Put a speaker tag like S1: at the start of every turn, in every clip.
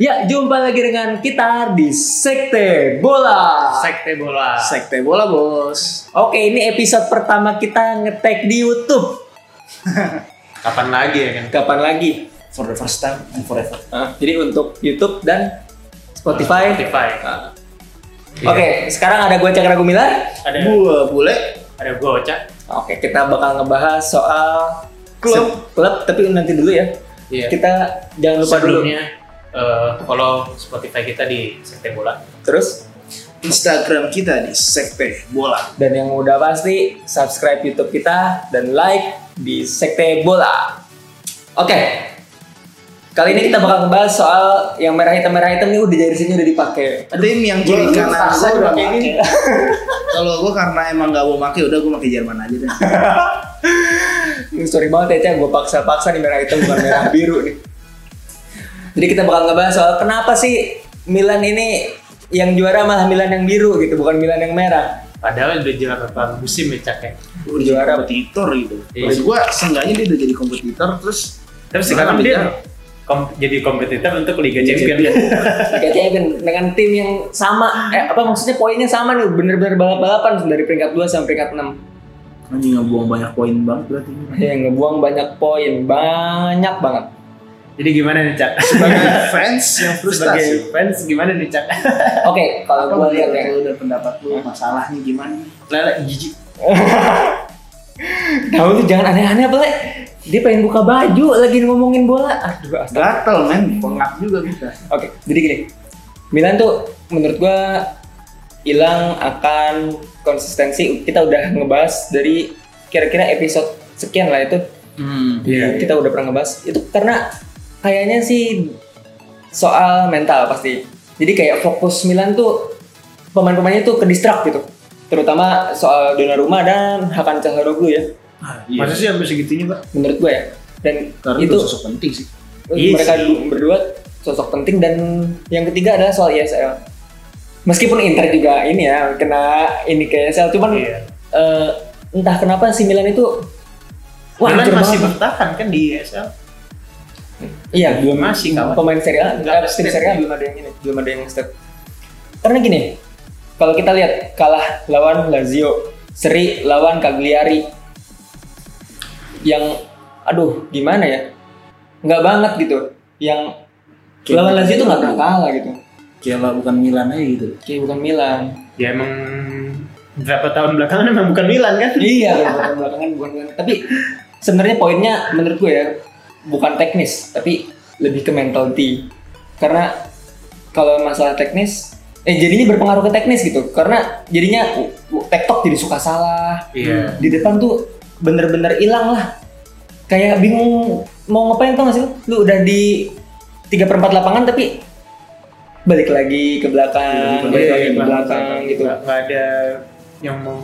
S1: Ya, jumpa lagi dengan kita di Sekte Bola.
S2: Sekte bola.
S1: Sekte Bola, Bos. Oke, ini episode pertama kita ngetek di YouTube.
S2: Kapan lagi ya kan?
S1: Kapan lagi?
S3: for the first time and forever.
S1: Ah, jadi untuk YouTube dan Spotify.
S2: Spotify.
S1: Ah.
S2: Iya.
S1: Oke, sekarang ada gue Cakra Gumilar.
S2: Ada
S3: Gua bule.
S2: ada goca.
S1: Oke, kita bakal ngebahas soal
S3: Klub.
S1: se- klub, tapi nanti dulu ya.
S2: Iya.
S1: Kita jangan lupa dulu.
S2: Sebelumnya eh, follow Spotify kita di Sekte bola.
S1: Terus
S3: Instagram kita di Sekte Bola.
S1: dan yang udah pasti subscribe YouTube kita dan like di Sekte Bola. Oke. Kali ini kita bakal ngebahas soal yang merah hitam merah hitam ini udah dari sini udah dipakai.
S3: Tim yang kiri
S1: Gua- gua
S3: kanan gua
S1: udah
S3: udah
S1: pakai
S3: pake.
S1: ini.
S3: Kalau gua karena emang gak mau pakai, udah gua pakai Jerman aja deh.
S1: Ini Sorry banget ya, gue paksa-paksa nih merah hitam bukan merah biru nih. Jadi kita bakal ngebahas soal kenapa sih Milan ini yang juara malah Milan yang biru gitu, bukan Milan yang merah.
S2: Padahal udah jelas berapa musim ya Cak ya.
S3: Udah jadi
S1: Juara.
S3: kompetitor gitu.
S2: Iya.
S3: Maksud gua seenggaknya dia udah jadi kompetitor terus
S2: Tapi sekarang
S3: sekarang
S2: Iya,
S3: dia
S2: dia kom- jadi kompetitor untuk Liga
S1: Liga
S2: Champions.
S1: Liga Champions dengan tim yang sama, eh, apa maksudnya poinnya sama nih, bener-bener balap-balapan dari peringkat 2 sampai peringkat 6.
S3: anjing ngebuang banyak poin banget berarti.
S1: Ya ngebuang banyak poin, banyak banget.
S2: Jadi gimana nih Cak?
S3: Sebagai fans yang frustasi.
S2: Sebagai fans gimana nih Cak?
S1: Oke, kalau
S3: Apa
S1: gue
S3: menurut
S1: lihat ya,
S3: lu dan pendapat lu masalahnya gimana? nih?
S2: Lala jijik.
S1: kamu tuh jangan aneh-aneh apa Dia pengen buka baju lagi ngomongin bola. Aduh, astaga.
S3: Gatel men, pengap juga kita.
S1: Oke, jadi gini. Milan tuh menurut gua hilang akan konsistensi. Kita udah ngebahas dari kira-kira episode sekian lah itu.
S3: Hmm.
S2: Iya.
S1: Kita udah pernah ngebahas itu karena kayaknya sih soal mental pasti. Jadi kayak fokus Milan tuh pemain-pemainnya tuh ke distract gitu. Terutama soal Donnarumma dan Hakan Calhanoglu ya.
S3: Iya.
S2: Masa sih sampai segitunya, Pak?
S1: Menurut gua ya. Dan
S3: Karena itu
S1: itu
S3: sosok penting sih.
S2: Iya
S1: mereka
S2: sih.
S1: du- berdua sosok penting dan yang ketiga adalah soal ISL. Meskipun Inter juga ini ya kena ini ke ISL, cuman
S2: Iya.
S1: eh, entah kenapa si Milan itu wah
S2: Milan
S1: hancur
S2: masih
S1: banget.
S2: bertahan kan di ESL.
S1: Iya,
S2: Belum masih kawan.
S1: pemain Serie A,
S2: Nggak
S1: eh,
S2: ada
S1: tim
S2: step.
S1: Serie A belum ada yang ini, belum ada yang step. Karena gini, kalau kita lihat kalah lawan Lazio, seri lawan Cagliari, yang aduh gimana ya, nggak banget gitu. Yang
S3: Kayak
S1: lawan Lazio
S3: gitu.
S1: itu nggak pernah kalah gitu.
S3: Kayak bukan Milan aja gitu.
S1: Kayak bukan Milan.
S2: Ya emang berapa tahun belakangan emang bukan Milan kan?
S1: iya, bukan belakangan bukan Milan. Tapi sebenarnya poinnya menurut gue ya bukan teknis, tapi lebih ke mentality. Karena kalau masalah teknis, eh jadinya berpengaruh ke teknis gitu. Karena jadinya u- u- TikTok jadi suka salah.
S2: Iya.
S1: Di depan tuh bener-bener hilang lah. Kayak bingung mau ngapain tau gak sih lu? Lu udah di 3 per 4 lapangan tapi balik lagi ke belakang, balik
S2: Iya,
S1: lagi
S2: iya,
S1: ke
S2: Bang.
S1: belakang gitu.
S2: Nggak nggak ada yang mau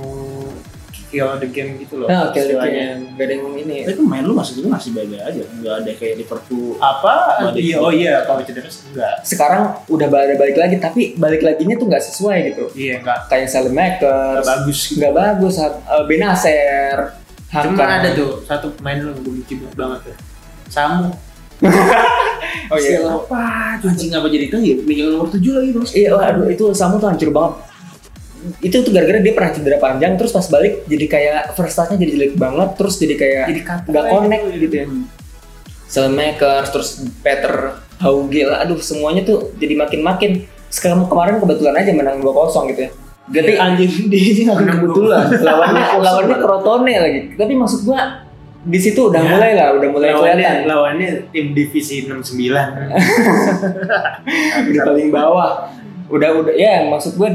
S2: kill the game gitu loh.
S1: Nah, oke, oke.
S2: istilahnya.
S1: Gak ada yang ngomong ini. ya.
S3: Tapi pemain lu masuk itu masih baik aja, nggak ada kayak Liverpool.
S2: Apa?
S3: Balik.
S2: Iya, oh iya, kalau cedera sih enggak.
S1: Sekarang udah balik balik lagi, tapi balik laginya tuh nggak sesuai gitu.
S2: Iya, enggak.
S1: Kayak Salemaker,
S2: Enggak bagus gitu.
S1: nggak bagus, Ha- eh, Benacer,
S2: Cuma
S1: Hakan.
S2: ada tuh satu pemain lu yang gue benci banget tuh. Samu.
S1: Oh iya.
S3: Apa? Anjing apa jadi tengah ya? Megang nomor 7 lagi terus.
S1: Iya, wah, aduh itu Samu tuh hancur banget. Itu tuh gara-gara dia pernah cedera panjang, terus pas balik jadi kayak first touch-nya jadi jelek banget, terus jadi kayak
S2: Jadi kaku
S1: nggak
S2: aja
S1: connect
S2: gitu,
S1: gitu ya. Salemaker, terus Peter Haugel, aduh semuanya tuh jadi makin-makin. Sekarang kemarin kebetulan aja menang 2-0 gitu ya. Tapi
S2: Iya,
S3: anjing dia nggak
S2: Menang
S3: kebetulan.
S1: lawannya lawannya Crotone lagi tapi maksud gua di situ udah
S2: Ya.
S1: mulai lah udah mulai
S2: Lawannya,
S1: kelihatan
S2: lawannya tim divisi 69.
S1: udah paling bawah udah udah ya maksud gua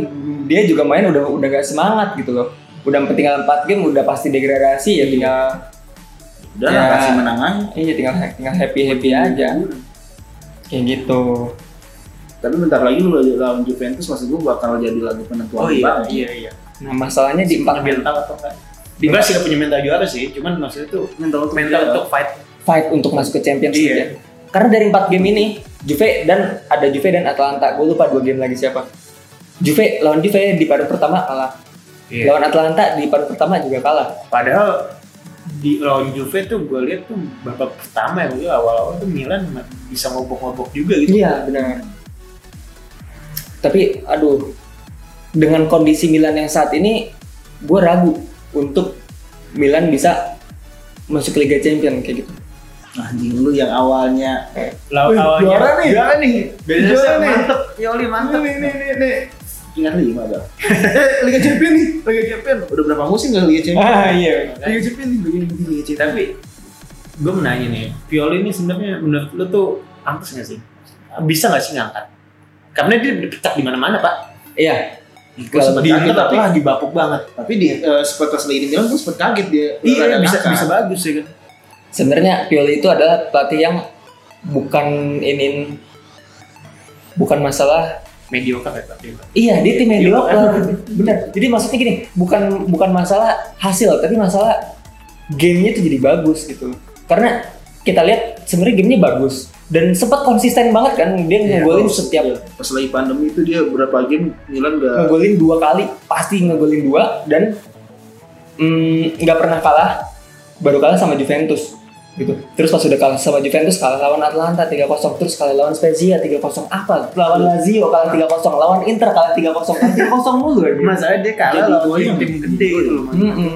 S1: dia juga main udah udah gak semangat gitu loh udah tinggal 4 game udah pasti degradasi ya tinggal
S3: Udah lah,
S1: Ya.
S3: kasih menangan.
S1: iya tinggal tinggal happy happy
S3: Ya,
S1: aja kayak gitu
S3: Tapi bentar lagi lu lawan Juventus maksud gua bakal jadi lagu penentuan
S2: Oh iya,
S3: banget.
S2: iya, iya.
S1: nah masalahnya di
S2: Punya
S1: empat
S2: mental atau enggak? Enggak sih, nggak punya mental juara sih. Cuman maksudnya tuh Iya.
S3: Mental untuk
S2: mental
S3: juara.
S2: untuk fight.
S1: fight untuk masuk ke Champions League
S2: Iya.
S1: ya. Karena dari 4 game ini Juve dan ada Juve dan Atalanta. Gue lupa dua game lagi siapa. Juve lawan Juve di paruh pertama kalah.
S2: Iya.
S1: Lawan Atlanta di paruh pertama juga kalah.
S2: Padahal di lawan Juve tuh gue lihat tuh babak pertama ya gue awal-awal tuh Milan ma- bisa ngobok-ngobok juga gitu.
S1: Iya benar. Tapi aduh dengan kondisi Milan yang saat ini gue ragu untuk Milan bisa masuk Liga Champion kayak gitu.
S3: Anjing lu yang awalnya Iya,
S2: Lawan
S3: Wih,
S2: awalnya
S3: juara
S2: Oh,
S3: nih.
S2: iya. Juara nih.
S3: Juara
S2: Biasanya
S3: nih.
S2: mantep. Yoli mantep.
S3: Nih, nih, nih, nih. Ingat lagi Mbak Bel. Iya, Eh, Liga Champion nih, Liga Champion. Udah berapa musim nggak Liga Champion?
S1: Ah iya.
S3: Liga Champion nih, Liga Champion, Liga Champion.
S2: Tapi gue menanya nih, Pioli ini sebenarnya menurut lu tuh angkas nggak sih? Bisa nggak sih ngangkat? Karena dia dipecat di mana-mana pak.
S1: Iya.
S3: Gua sempet
S2: Diangkat
S3: kaget, tapi
S2: lah dibapuk banget.
S3: tapi di eh, sempat pas lagi di Milan gue sempat kaget dia.
S2: Iya
S3: rada
S2: bisa
S3: ngakak.
S2: bisa bagus ya kan.
S1: Sebenarnya Pioli itu adalah pelatih yang bukan inin bukan masalah
S2: Mediocre ya pak.
S1: Iya, dia tim
S2: Iya,
S1: mediocre.
S2: makanya.
S1: Benar. Jadi maksudnya gini, bukan bukan masalah hasil, tapi masalah gamenya tuh jadi bagus gitu. Karena kita lihat sebenarnya gamenya bagus dan sempat konsisten banget kan dia
S2: Iya,
S1: ngegolin
S3: bagus.
S1: setiap
S3: Pas lagi pandemi itu dia berapa game Milan nggak
S1: ngegolin dua kali pasti ngegolin dua dan mm, nggak pernah kalah baru kalah sama Juventus gitu terus pas sudah kalah sama Juventus kalah lawan Atlanta 3-0 terus kalah lawan Spezia 3-0 apa lawan Lazio kalah 3-0 lawan Inter kalah 3-0 kalah 3-0 mulu aja
S2: Masalahnya dia
S3: Jadi
S2: kalah lawan
S3: golnya
S2: tim, tim
S3: menjadi
S2: gede
S3: gol.
S2: gitu loh. Mas.
S1: Mm-mm.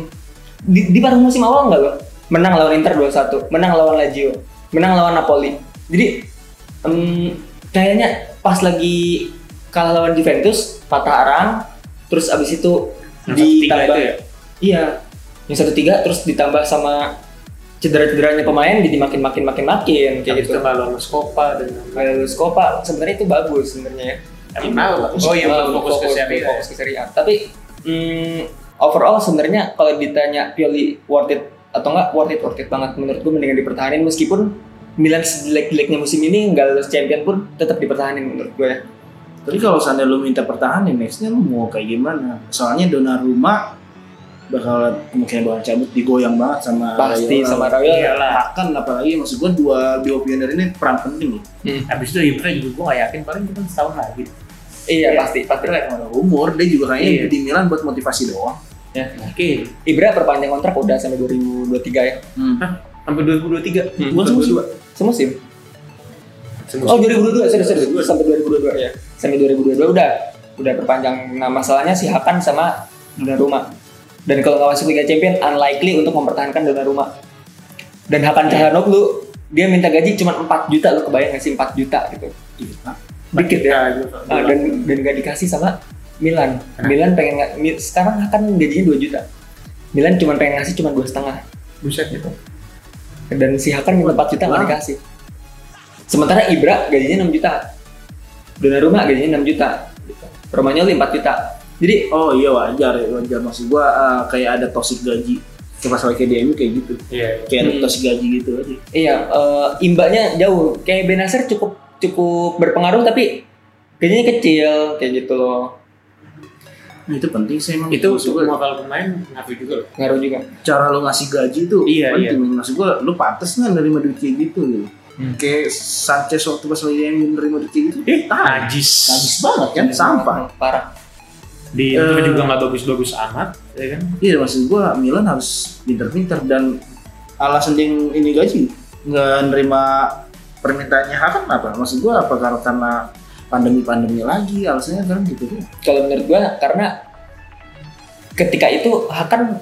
S1: Di, di paruh musim awal enggak loh. Menang lawan Inter 2-1, menang lawan Lazio, menang lawan Napoli. Jadi em, kayaknya pas lagi kalah lawan Juventus, patah arang, terus abis itu
S2: Yang
S1: ditambah
S2: 1-3 itu ya?
S1: Iya. Yang satu tiga terus ditambah sama cedera-cederanya pemain jadi makin makin makin makin kayak
S2: Habis
S1: gitu.
S2: itu malah lawan Skopa dan
S1: Kayak Luis Scopa, sebenarnya itu bagus sebenarnya ya.
S2: Emang tahu lah.
S1: Oh iya, fokus, ke Serie A. Fokus ke Serie A. Tapi mm, overall sebenarnya kalau ditanya Pioli worth it atau enggak worth it worth it banget menurut gue mendingan dipertahanin meskipun Milan sejelek-jeleknya musim ini nggak lolos champion pun tetap dipertahanin menurut gue ya.
S3: Tapi kalau seandainya lu minta pertahanan nextnya lu mau kayak gimana? Soalnya Donnarumma bakal kemungkinan bakal cabut digoyang banget sama
S1: Pasti
S3: Raiola.
S1: sama Rayo.
S2: Iyalah.
S3: bahkan apalagi maksud gua dua dua pioner ini peran penting loh.
S1: Hmm.
S2: Habis itu Ibra juga gue gak yakin paling cuma setahun lagi.
S1: Iya
S2: Iya.
S1: pasti pasti.
S2: Ibra
S3: Orang umur dia juga
S2: Iya.
S3: kayaknya di Milan buat motivasi doang.
S1: Ya.
S2: Oke.
S1: Ibra perpanjang kontrak udah sampai 2023 ya.
S3: Hmm.
S2: Sampai 2023.
S1: Hmm,
S2: Bukan semusim.
S1: Semusim.
S2: Semusim.
S1: Oh 2022 serius serius sampai 2022 ya. Sampai 2022 udah udah perpanjang. Nah masalahnya si Hakan sama Donnarumma. Dan kalau nggak masuk Liga Champion unlikely untuk mempertahankan Donnarumma. Dan Hakan Calhanoglu dia minta gaji cuma 4 juta lu kebayang nggak sih 4 juta gitu.
S3: Iya.
S1: Dikit ya. Ah,
S2: dan
S1: dan dan nggak dikasih sama Milan. Milan pengen nga- Mi- sekarang Hakan gajinya 2 juta. Milan cuma pengen ngasih cuma dua setengah
S2: buset gitu.
S1: dan si Hakan minta 4 juta nggak
S3: Wah.
S1: dikasih sementara Ibra gajinya 6 juta Donnarumma gajinya 6 juta Romagnoli 4 juta jadi
S3: Oh iya wajar ya, wajar maksud gua eh, kayak ada tosik gaji. Kayak pas lagi kayak DMU kayak gitu.
S2: Iya.
S3: Kayak ada
S1: Hmm.
S3: tosik gaji gitu aja.
S1: iya eh, imbanya jauh kayak Benasir cukup cukup berpengaruh tapi gajinya kecil kayak gitu loh
S3: Nah, itu penting sih emang.
S2: Itu
S3: maksud
S2: untuk
S3: gua,
S2: modal pemain ngaruh juga loh.
S1: pengaruh juga
S3: cara lu ngasih gaji itu
S2: Iya,
S3: penting. Maksud gua lu pantas nggak nerima duit kayak gitu gitu. Kayak Sanchez waktu pas lagi DMU nerima duit kayak gitu. Eh, tahan.
S2: Najis.
S3: Najis banget kan
S1: Iya,
S3: sampah.
S1: parah
S2: Di
S3: Eh.
S2: itu juga nggak bagus-bagus amat, ya kan?
S3: Iya maksud gua Milan harus pinter-pinter dan alasan dia yang ini gaji nggak nerima permintaannya Hakan apa? Maksud gua apa karena karena pandemi-pandemi lagi alasannya kan gitu deh.
S1: kalau menurut gua karena ketika itu Hakan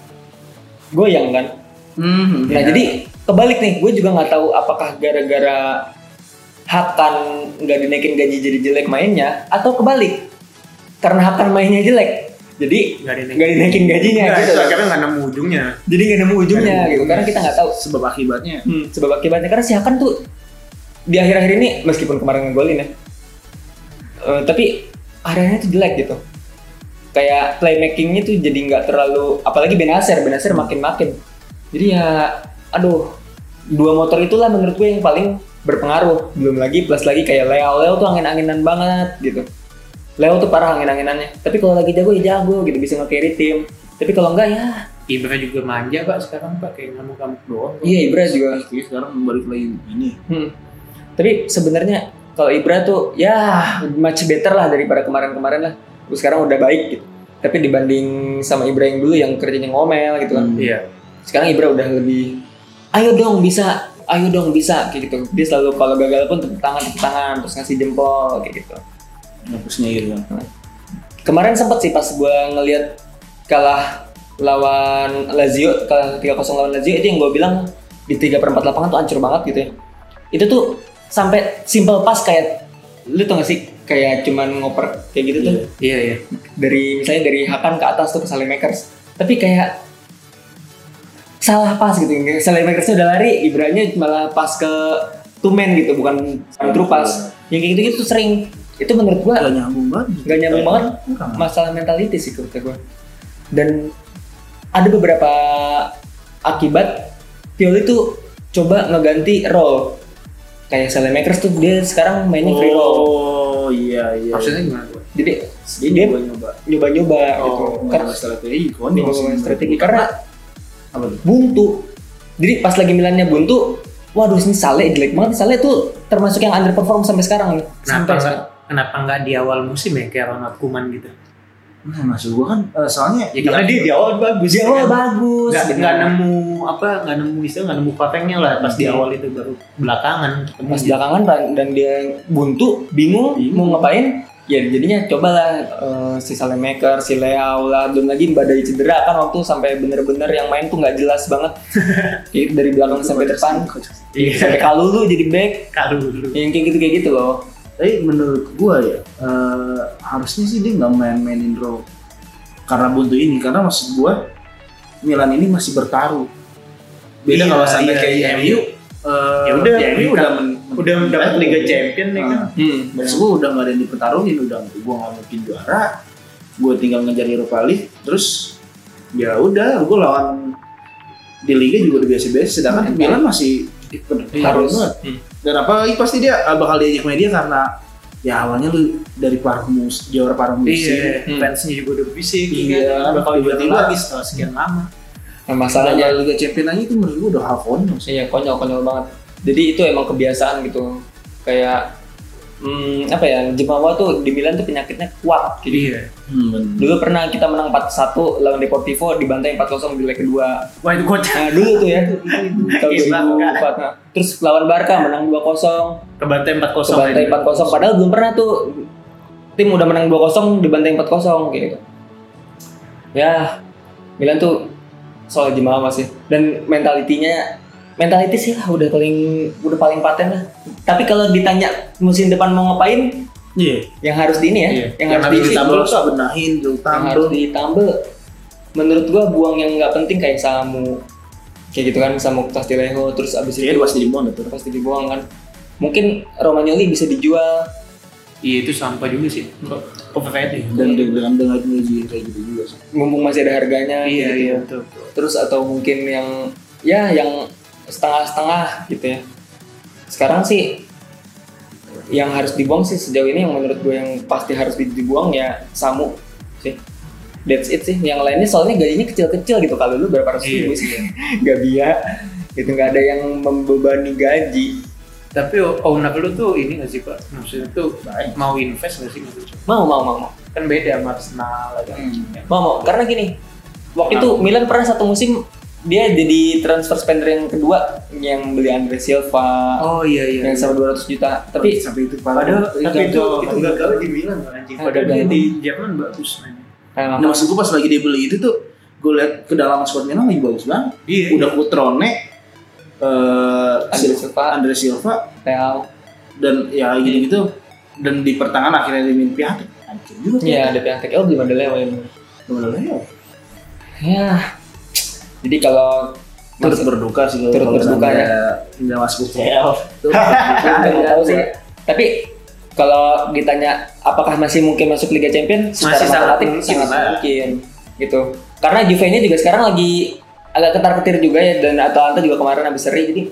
S1: goyang kan
S3: Hmm,
S1: Nah jadi kebalik nih, gue juga nggak tahu apakah gara-gara Hakan nggak dinaikin gaji jadi jelek mainnya atau kebalik karena Hakan mainnya jelek, jadi
S2: Nggak ada
S1: nggak dinaikin gajinya
S2: Nggak,
S1: gitu.
S2: itu akhirnya nggak nemu ujungnya.
S1: Jadi nggak nemu ujungnya
S3: Iya, Nggak ada
S1: gitu,
S3: ujungnya.
S1: karena kita nggak tahu
S3: sebab akibatnya
S1: hmm, sebab akibatnya karena si Hakan tuh di akhir-akhir ini meskipun kemarin ngegolin ya, eh, tapi areanya tuh jelek gitu. Kayak playmakingnya tuh jadi nggak terlalu, apalagi Benasir, Benasir makin-makin. Jadi ya, aduh, dua motor itulah menurut gue yang paling berpengaruh. Belum lagi plus lagi kayak Leo, Leo tuh angin-anginan banget gitu. Leo tuh parah angin-anginannya. Tapi kalau lagi jago ya jago gitu, bisa nge-carry tim. Tapi kalau enggak ya,
S2: Ibra juga manja pak sekarang pak kayak ngamuk-ngamuk doang.
S1: iya Ibra juga
S3: Oke, sekarang balik lagi ini
S1: Hmm. Tapi sebenarnya kalau Ibra tuh ya much better lah daripada kemarin-kemarin lah. Terus sekarang udah baik gitu. Tapi dibanding sama Ibra yang dulu yang kerjanya ngomel gitu kan.
S3: Hmm.
S2: Iya.
S1: Sekarang Ibra udah lebih ayo dong bisa, ayo dong bisa kayak gitu. Dia selalu kalau gagal pun tepuk tangan, tepuk tangan, terus ngasih jempol kayak gitu.
S3: Ngapusnya gitu kan.
S1: Kemarin sempet sih pas gua ngelihat kalah lawan Lazio, kalah 3-0 lawan Lazio itu yang gua bilang di 3 per 4 lapangan tuh hancur banget gitu ya. Itu tuh sampai simple pass kayak lu tau gak sih kayak cuman ngoper kayak gitu tuh
S2: Iya iya.
S1: dari misalnya dari Hakan ke atas tuh ke Makers tapi kayak salah pas gitu Makers-nya udah lari Ibranya malah pas ke Tumen gitu bukan true pass yang kayak gitu gitu tuh sering itu menurut gua
S3: Gak nyambung banget.
S1: Nggak nyambung banget.
S3: Kurang.
S1: masalah mentality sih menurut gua dan ada beberapa akibat Pioli tuh coba ngeganti role kayak Makers tuh dia sekarang mainnya free roll
S3: Oh iya iya.
S2: Maksudnya gimana gua?
S1: jadi
S3: Dia
S1: dia
S3: nyoba nyoba.
S1: nyoba-nyoba
S2: Oh,
S1: gitu
S3: Nggak
S1: Karena-
S3: ada strategi. Kok
S1: Ini
S3: nyoba
S1: ngomongin strategi
S3: strategi.
S1: karena
S3: Apa tuh?
S1: buntu. Jadi pas lagi Milannya buntu, waduh ini Saleh jelek banget. Saleh tuh termasuk yang underperform sampai sekarang nih.
S2: Kenapa
S1: Sampai
S2: nggak
S1: sekarang.
S2: kenapa nggak di awal musim ya kayak Ronald Koeman gitu?
S3: Nah, maksud gua kan eh, soalnya oh,
S2: Ya karena dia di awal bagus.
S1: Dia
S2: ya
S1: awal
S2: kan?
S1: bagus.
S2: nggak
S1: benar.
S2: nggak nemu apa nggak nemu istilah nggak nemu potengnya lah pas di awal itu baru belakangan ketemu
S1: Pas
S2: gitu.
S1: belakangan dan, dan dia buntu, Iya. bingung,
S3: Bingung.
S1: mau ngapain? Ya jadinya cobalah eh, si Saleh Maker, si Leao lah, belum lagi badai cedera kan waktu sampai bener-bener yang main tuh nggak jelas banget. Jadi dari belakang sampai depan,
S2: iya
S1: sampai kalulu jadi back,
S2: kalau dulu
S1: yang kayak gitu kayak gitu loh.
S3: Tapi menurut gua ya eh, harusnya sih dia nggak main-mainin role karena buntu ini karena maksud gua Milan ini masih bertaruh.
S2: Iya,
S3: Beda kalau sampai
S2: iya,
S3: kayak
S2: iya.
S3: MU, eh,
S2: Ya udah,
S3: MU
S2: kan-
S3: udah men-
S2: udah
S3: men-
S2: dapat
S3: men-
S2: Liga Champion nih kan
S1: Hmm,
S3: Maksud gua udah nggak ada yang dipertaruhin, udah gua nggak mungkin juara, gua tinggal ngejar Europa League, terus ya udah gua lawan di Liga juga udah biasa-biasa, sedangkan
S2: Hmm.
S1: Mental.
S3: Milan masih
S2: Iya.
S3: dipertaruhin
S1: harus.
S3: banget
S1: Hmm.
S3: dan apalagi pasti dia ah, bakal diajak media karena ya awalnya lu dari paruh musim juara paruh musim
S2: Iya, fansnya juga udah bisik
S3: Iya,
S2: kan. Bakal tiba
S3: tiba-tiba.
S2: lagi setelah sekian lama.
S1: Nah,
S3: Salahnya
S1: masalahnya
S3: Liga Champions aja itu menurut gua udah hal konyol sih.
S1: Iya konyol konyol banget. Jadi itu emang kebiasaan gitu. Kayak hmm, apa ya Jemawa tuh di Milan tuh penyakitnya kuat. Jadi
S2: Iya.
S3: Hmm,
S1: dulu pernah kita menang 4-1 lawan Deportivo dibantai 4-0 di leg kedua.
S2: Wah itu kocak.
S1: Nah dulu tuh ya tahun
S2: Iya,
S1: 2004. Nah, terus lawan Barca menang 2-0,
S2: Kebantai 4-0.
S1: kebantai
S2: ini.
S1: 4-0. Padahal belum pernah tuh tim udah menang 2-0 dibantai 4-0 kayak gitu. Ya Milan tuh soal Jemawa sih dan mentalitinya mentaliti sih lah udah paling udah paling paten lah tapi kalau ditanya musim depan mau ngapain
S3: Iya.
S1: yang harus di ini ya
S2: Iya.
S1: yang,
S2: Yang
S1: harus,
S2: harus
S1: diisi,
S3: Ditambah lu
S1: yang
S3: suka benahin, lu
S1: harus
S3: tambah.
S1: ditambel menurut gua buang yang nggak penting kayak samu kayak gitu kan samu Tastileho terus abis
S3: Jadi
S1: itu
S3: pasti di Mondo tuh.
S1: pasti dibuang kan mungkin Romagnoli bisa dijual
S2: Iya itu sampah juga sih. Overrated. ya? Iya,
S3: Dan dengan dengan gaji kayak gitu juga sih.
S1: mumpung masih ada harganya
S2: Iya
S1: gitu.
S2: iya betul.
S1: terus atau mungkin yang ya yang setengah-setengah gitu ya sekarang sih yang harus dibuang sih sejauh ini yang menurut gue yang pasti harus dibuang ya Samu sih that's it sih yang lainnya soalnya gajinya kecil-kecil gitu kalau lu berapa ratus
S2: Iya,
S1: ribu sih nggak biak gitu nggak ada yang membebani gaji
S2: Tapi owner lu tuh ini nggak sih pak? Maksudnya tuh
S3: Baik.
S2: mau invest nggak sih maksudnya?
S1: mau mau mau mau
S2: Kan beda sama Arsenal kan.
S1: mau, mau. karena gini waktu itu Milan pernah satu musim dia jadi transfer spender yang kedua yang beli Andre Silva
S2: Oh iya iya.
S1: yang sampai 200 juta tapi
S3: sampai itu
S2: Padahal tapi itu
S3: gagal.
S2: itu gagal di Milan loh anjing.
S1: Eh,
S2: Padahal
S1: gagal.
S2: dia gitu. di Jerman bagus man.
S1: Nah,
S3: Nah, maksud gua pas lagi dibeli itu tuh gue liat kedalaman squad Milan lagi bagus banget.
S2: Iya.
S3: Udah Cutrone, eh
S1: Andre Silva,
S3: Andre Silva,
S1: Real,
S3: dan ya gitu gitu dan di pertengahan akhirnya dimin Piatek hancur juga tuh.
S1: iya ada Piatek, oh belum ada Leo ya.
S3: Bener-bener ya
S1: Ya, jadi kalau
S3: turut
S1: masuk-
S3: berduka sih
S1: Turut berduka, ya.
S3: tidak masuk UCL
S2: Iya.
S3: Turut
S1: Gua
S3: berduka,
S1: juga nggak
S3: ya.
S1: tahu sih. Tapi kalau ditanya apakah masih mungkin masuk Liga Champions, secara
S2: Masih sangat
S1: matematik
S2: mungkin,
S1: sangat
S2: Pak.
S1: mungkin, gitu. Karena Juve-nya juga sekarang lagi agak ketar-ketir juga ya dan Atalanta juga kemarin habis seri, jadi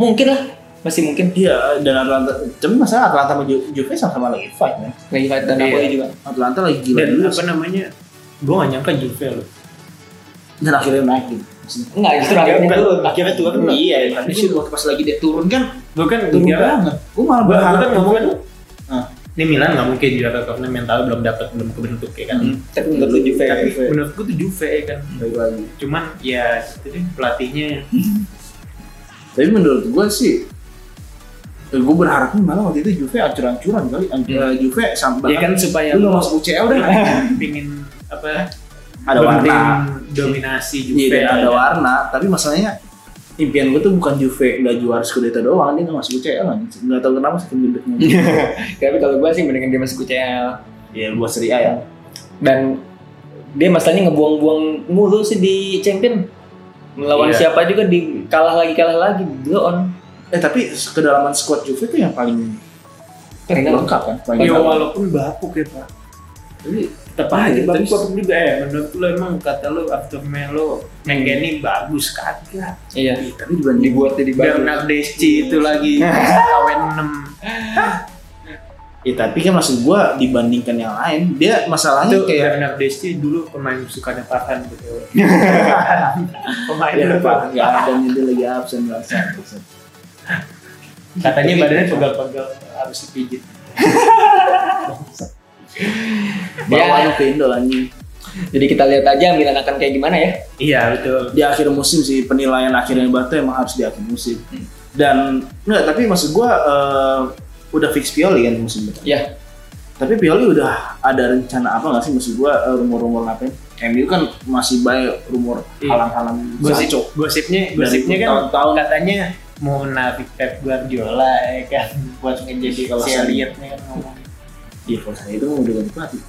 S1: mungkin lah masih mungkin
S3: iya dan Atlanta tapi masalah Atlanta sama Ju- Juve sama-sama lagi fight ya
S1: lagi fight dan
S2: Iya.
S1: Napoli juga.
S3: Atlanta lagi gila
S2: Dan
S3: dulu
S2: apa namanya? Gue gak nyangka Juve loh.
S3: dan akhirnya naik gitu
S1: Enggak, justru akhirnya turun.
S2: Akhirnya turun.
S3: iya tapi sih waktu pas lagi dia turun kan
S2: Gue kan
S3: turun
S2: enggak.
S3: banget gue malah
S2: Gue
S3: berharap
S2: kan ngomongin
S3: Nah.
S2: ini Milan nggak mungkin juara karena mentalnya belum dapat belum kebentuk ya kan
S3: Hmm.
S1: Tapi menurut lu Juve
S2: tapi
S3: Juve.
S2: menurut gue tuh Juve ya kan
S3: Baik lagi.
S2: cuman ya itu deh pelatihnya
S3: Tapi menurut gue sih eh, gue berharapnya malah waktu itu Juve ancur-ancuran kali Anc-
S2: Hmm.
S3: eh, Juve sampai
S2: ya kan supaya
S3: lu nggak masuk UCL dah
S2: pingin apa
S3: Iya. ada
S2: penting
S3: warna
S2: dominasi Juve
S3: Iya, ada
S2: kan.
S3: warna tapi masalahnya impian gue tuh bukan Juve nggak juara Scudetto doang dia nggak masuk UCL anjing. nggak tahu kenapa sih penduduknya
S1: Tapi kalau gue sih mendingan dia masuk UCL
S3: ya buat Serie A ya
S1: Iya, dan dia masalahnya ngebuang-buang mulu sih di champion melawan
S2: Iya.
S1: siapa juga di kalah lagi kalah lagi blow on
S3: eh tapi kedalaman squad Juve tuh yang paling
S1: Ternyata-
S3: lengkap kan paling
S2: Ya
S3: lengkap.
S2: walaupun babuk ya pak
S3: Jadi,
S2: Tetep
S3: Iya,
S2: aja, tapi
S3: bagus.
S2: babuk juga ya Menurut lo emang kata lo after Melo
S3: Hmm.
S2: Mengeni bagus kagak
S1: iya
S3: tapi dibanding
S1: dibuat jadi bagus
S2: Bernard Desci itu lagi KW6
S3: ya tapi kan maksud gue dibandingkan yang lain dia
S2: Itu
S3: masalahnya kayak
S2: Bernard Desci dulu pemain suka Parhan gitu Pemain
S3: ya
S2: dulu
S3: apa
S2: Pak.
S3: nggak ada yang dia lagi absen nggak absen, absen.
S2: Katanya badannya pegal-pegal harus dipijit Ya.
S3: bawaannya ke Indo anjing
S1: jadi kita lihat aja Milan akan kayak gimana ya
S2: Iya betul
S3: di akhir musim sih penilaian akhirnya Batu emang harus di akhir musim
S1: Hmm.
S3: dan enggak tapi maksud gua eh, udah fix Pioli kan musim depan
S1: Iya.
S3: tapi Pioli udah ada rencana apa nggak sih maksud gua eh, rumor-rumor apa MU kan masih banyak rumor
S2: Iya.
S3: halang-halang
S2: Gosip,
S3: Sancho.
S2: gosipnya,
S3: Dari
S2: gosipnya kan
S3: tahun-tahun.
S2: katanya mau nafik Pep Guardiola ya kan buat ngejadi kalau
S3: Kalau saya-
S2: saya lihatnya kan ngomong
S3: Iya kalau saya itu udah ganti pelatih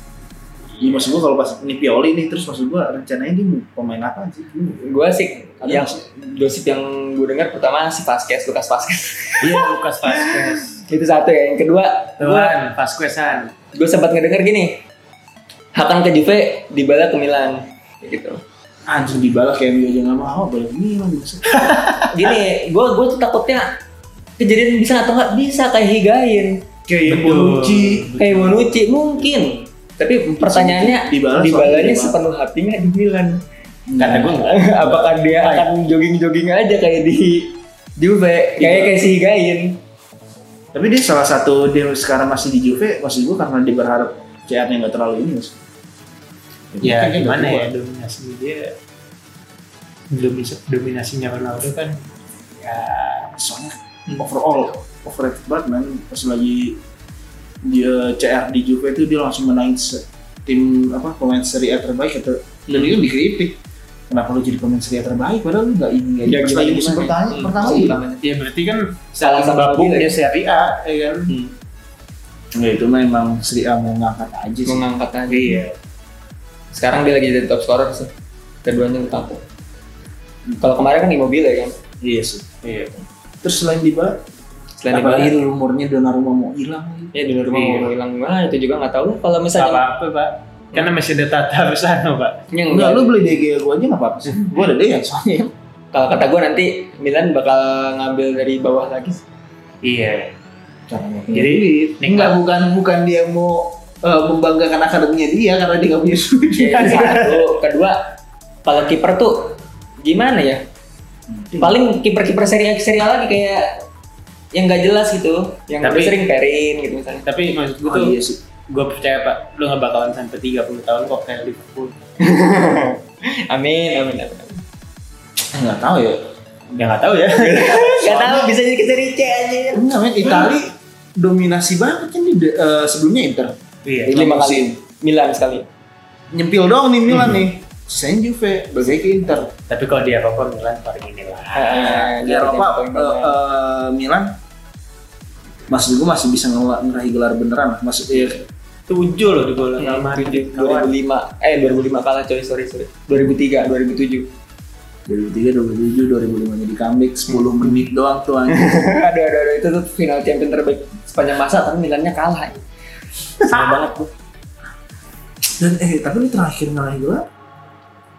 S3: Iya maksud gua kalau pas ini Pioli nih terus maksud gua rencananya dia mau pemain apa sih? Hmm.
S1: gue sih
S3: Ada
S1: yang
S3: nggak sih?
S1: gosip yang gue dengar pertama si Vasquez Lukas Vasquez
S2: Iya Lukas Vasquez
S1: itu satu ya yang kedua gue
S2: Tuhan, Vasquezan.
S1: gue sempat ngedenger gini Hakan ke Juve Dybala ke Milan gitu
S3: Anjir dibalak kayak MU aja nggak mau Ah, balik Milan maksud.
S1: gini gue gue tuh takutnya kejadian bisa atau nggak bisa kayak Higain
S3: Kayak gitu.
S2: Betul.
S3: Bonucci.
S1: kayak Bonucci Eh, mungkin tapi pertanyaannya
S3: Dybala
S1: di balanya
S3: soalnya Dybala.
S1: sepenuh hatinya di Milan
S2: Kata gue enggak.
S1: apakah dia akan jogging-jogging aja kayak di Juve kayak kayak si Higain
S3: Tapi dia salah satu dia sekarang masih di Juve, maksud gue karena dia berharap CR-nya nggak terlalu ini. Mas.
S2: Ya
S3: mungkin dia
S2: gimana
S3: nggak
S2: ya dominasi dia dominasi dominasinya Ronaldo kan ya
S3: kuat. Soalnya overall overrated banget man. Pas lagi dia CR di Juve itu dia langsung menangin se- tim apa pemain Serie A terbaik atau dan itu dikritik. Kenapa lu jadi pemain Serie A terbaik? Padahal lu nggak ini.
S1: Ya,
S3: Ya, pas
S1: gimana,
S3: lagi musim
S1: gimana?
S3: pertama,
S1: Hmm,
S3: pertama
S1: musim
S3: iya.
S1: pertamanya.
S2: ya berarti kan
S1: Salah
S2: salah
S1: sama
S2: babung
S3: gitu,
S1: dia.
S2: dia Serie A ya kan.
S1: Hmm,
S3: Nggak, Ya, itu memang Serie A mau ngangkat aja sih.
S1: mengangkat aja
S3: Iya.
S1: sekarang dia lagi jadi top scorer sih keduanya Lukaku kalau kemarin kan Immobile kan
S3: Iya sih.
S2: Iya.
S3: Terus selain di bawah,
S1: selain
S3: apalagi
S1: Immobile
S3: rumornya Donnarumma mau hilang lagi.
S1: ya di rumah
S2: Iya.
S1: mau hilang gimana itu juga nggak tahu kalau
S2: Gak
S1: misalnya
S2: apa-apa pak. Karena masih ada Tata Rusano pak.
S1: yang
S3: Enggak, lu beli DG gue aja nggak apa-apa sih. Gue ada DG soalnya.
S1: kalau kata gue nanti Milan bakal ngambil dari bawah lagi
S2: Iya.
S3: Caranya.
S2: Jadi
S3: enggak bukan bukan dia mau eh, membanggakan akademinya dia karena dia nggak punya duit.
S1: Ya, itu satu kedua kalau kiper tuh gimana ya paling kiper-kiper seri serial lagi kayak yang nggak jelas gitu yang
S2: Tapi-
S1: udah sering perin gitu misalnya
S2: tapi maksud gue
S3: Oh,
S2: tuh
S3: iya sih.
S2: gue percaya pak lu gak bakalan sampai 30 tahun kok kayak Liverpool.
S1: amin amin amin
S3: Enggak tahu ya.
S2: Ya nggak tahu ya.
S1: nggak tahu bisa jadi ke seri C aja
S3: Enggak, men, Itali dominasi banget kan di eh, sebelumnya Inter.
S2: Iya.
S3: Lima
S1: lima
S3: musim.
S1: kali Milan sekali
S3: Nyempil doang nih Milan nih. Sen Juve, balik ke Inter.
S2: Tapi kalau di Eropa Milan paling inilah.
S1: Ah,
S3: di
S1: dia
S3: Eropa
S1: paling
S3: eh,
S1: banyak.
S3: eh, Milan maksud gue masih bisa ngela- ngeraih gelar beneran maksud eh,
S2: Tujuh loh di bola
S1: Hmm,
S2: sama
S1: tujuh- 2005 eh 2005 kalah coy sorry sorry 2003 2007
S3: 2003 2007 2005 nya di comeback 10 menit doang tuh anjing
S1: aduh aduh aduh itu tuh final champion terbaik sepanjang masa tapi Milannya kalah Sedih banget tuh
S3: dan eh tapi lu terakhir ngalahin gelar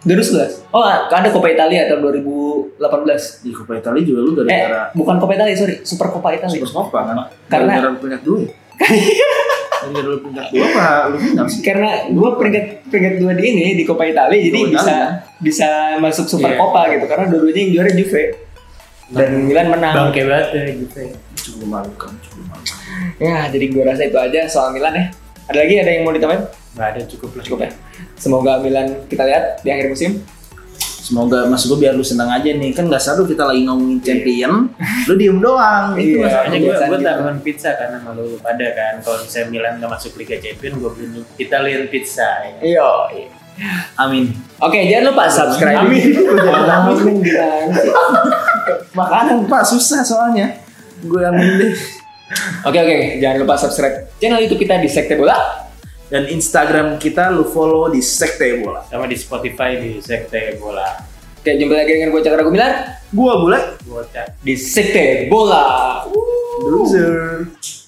S1: 2011 oh ada Coppa Italia tahun 2018
S3: di Coppa Italia juga lu
S1: eh
S3: gara-gara
S1: bukan Coppa Italia sorry Super Coppa Italia
S3: Super Copa kan
S1: Karena-
S3: gara-gara lu peringkat dua ya? gara-gara lu peringkat dua apa lu final sih
S1: karena gue peringkat peringkat dua di ini di Coppa Italia jadi
S3: Coppa
S1: bisa
S3: Italia.
S1: bisa masuk Super
S2: Iya.
S1: Coppa gitu karena dua-duanya yang juara Juve dan Milan menang
S2: Bangke banget ya gitu ya.
S3: cukup memalukan cukup memalukan
S1: Ya, jadi gue rasa itu aja soal Milan ya. Ada lagi ada yang mau ditambahin?
S2: nggak ada cukup lah
S1: Cukup ya. Semoga Milan kita lihat di akhir musim.
S3: semoga mas gue biar lu senang aja nih kan nggak seru kita lagi ngomongin champion lu diem doang Iya. itu
S1: Iya.
S3: masalahnya
S2: Soalnya gue
S1: Kebiasaan
S2: gue
S1: gitu.
S2: taruhan pizza karena malu pada kan kalau misalnya Milan nggak masuk Liga Champions gue beli Italian pizza ya.
S1: Iya.
S3: amin
S1: Oke, jangan lupa subscribe. Amin. bilang.
S3: makanan pak susah soalnya gue amin deh
S1: Oke oke, jangan lupa subscribe channel YouTube kita di Sekte Bola.
S3: dan Instagram kita lu follow di Sekte Bola
S2: sama di Spotify di Sekte Bola
S1: Oke, jumpa lagi dengan gue Cakra Gumilar
S3: gue boleh
S2: Gocap
S1: di Sekte Bola.
S3: loser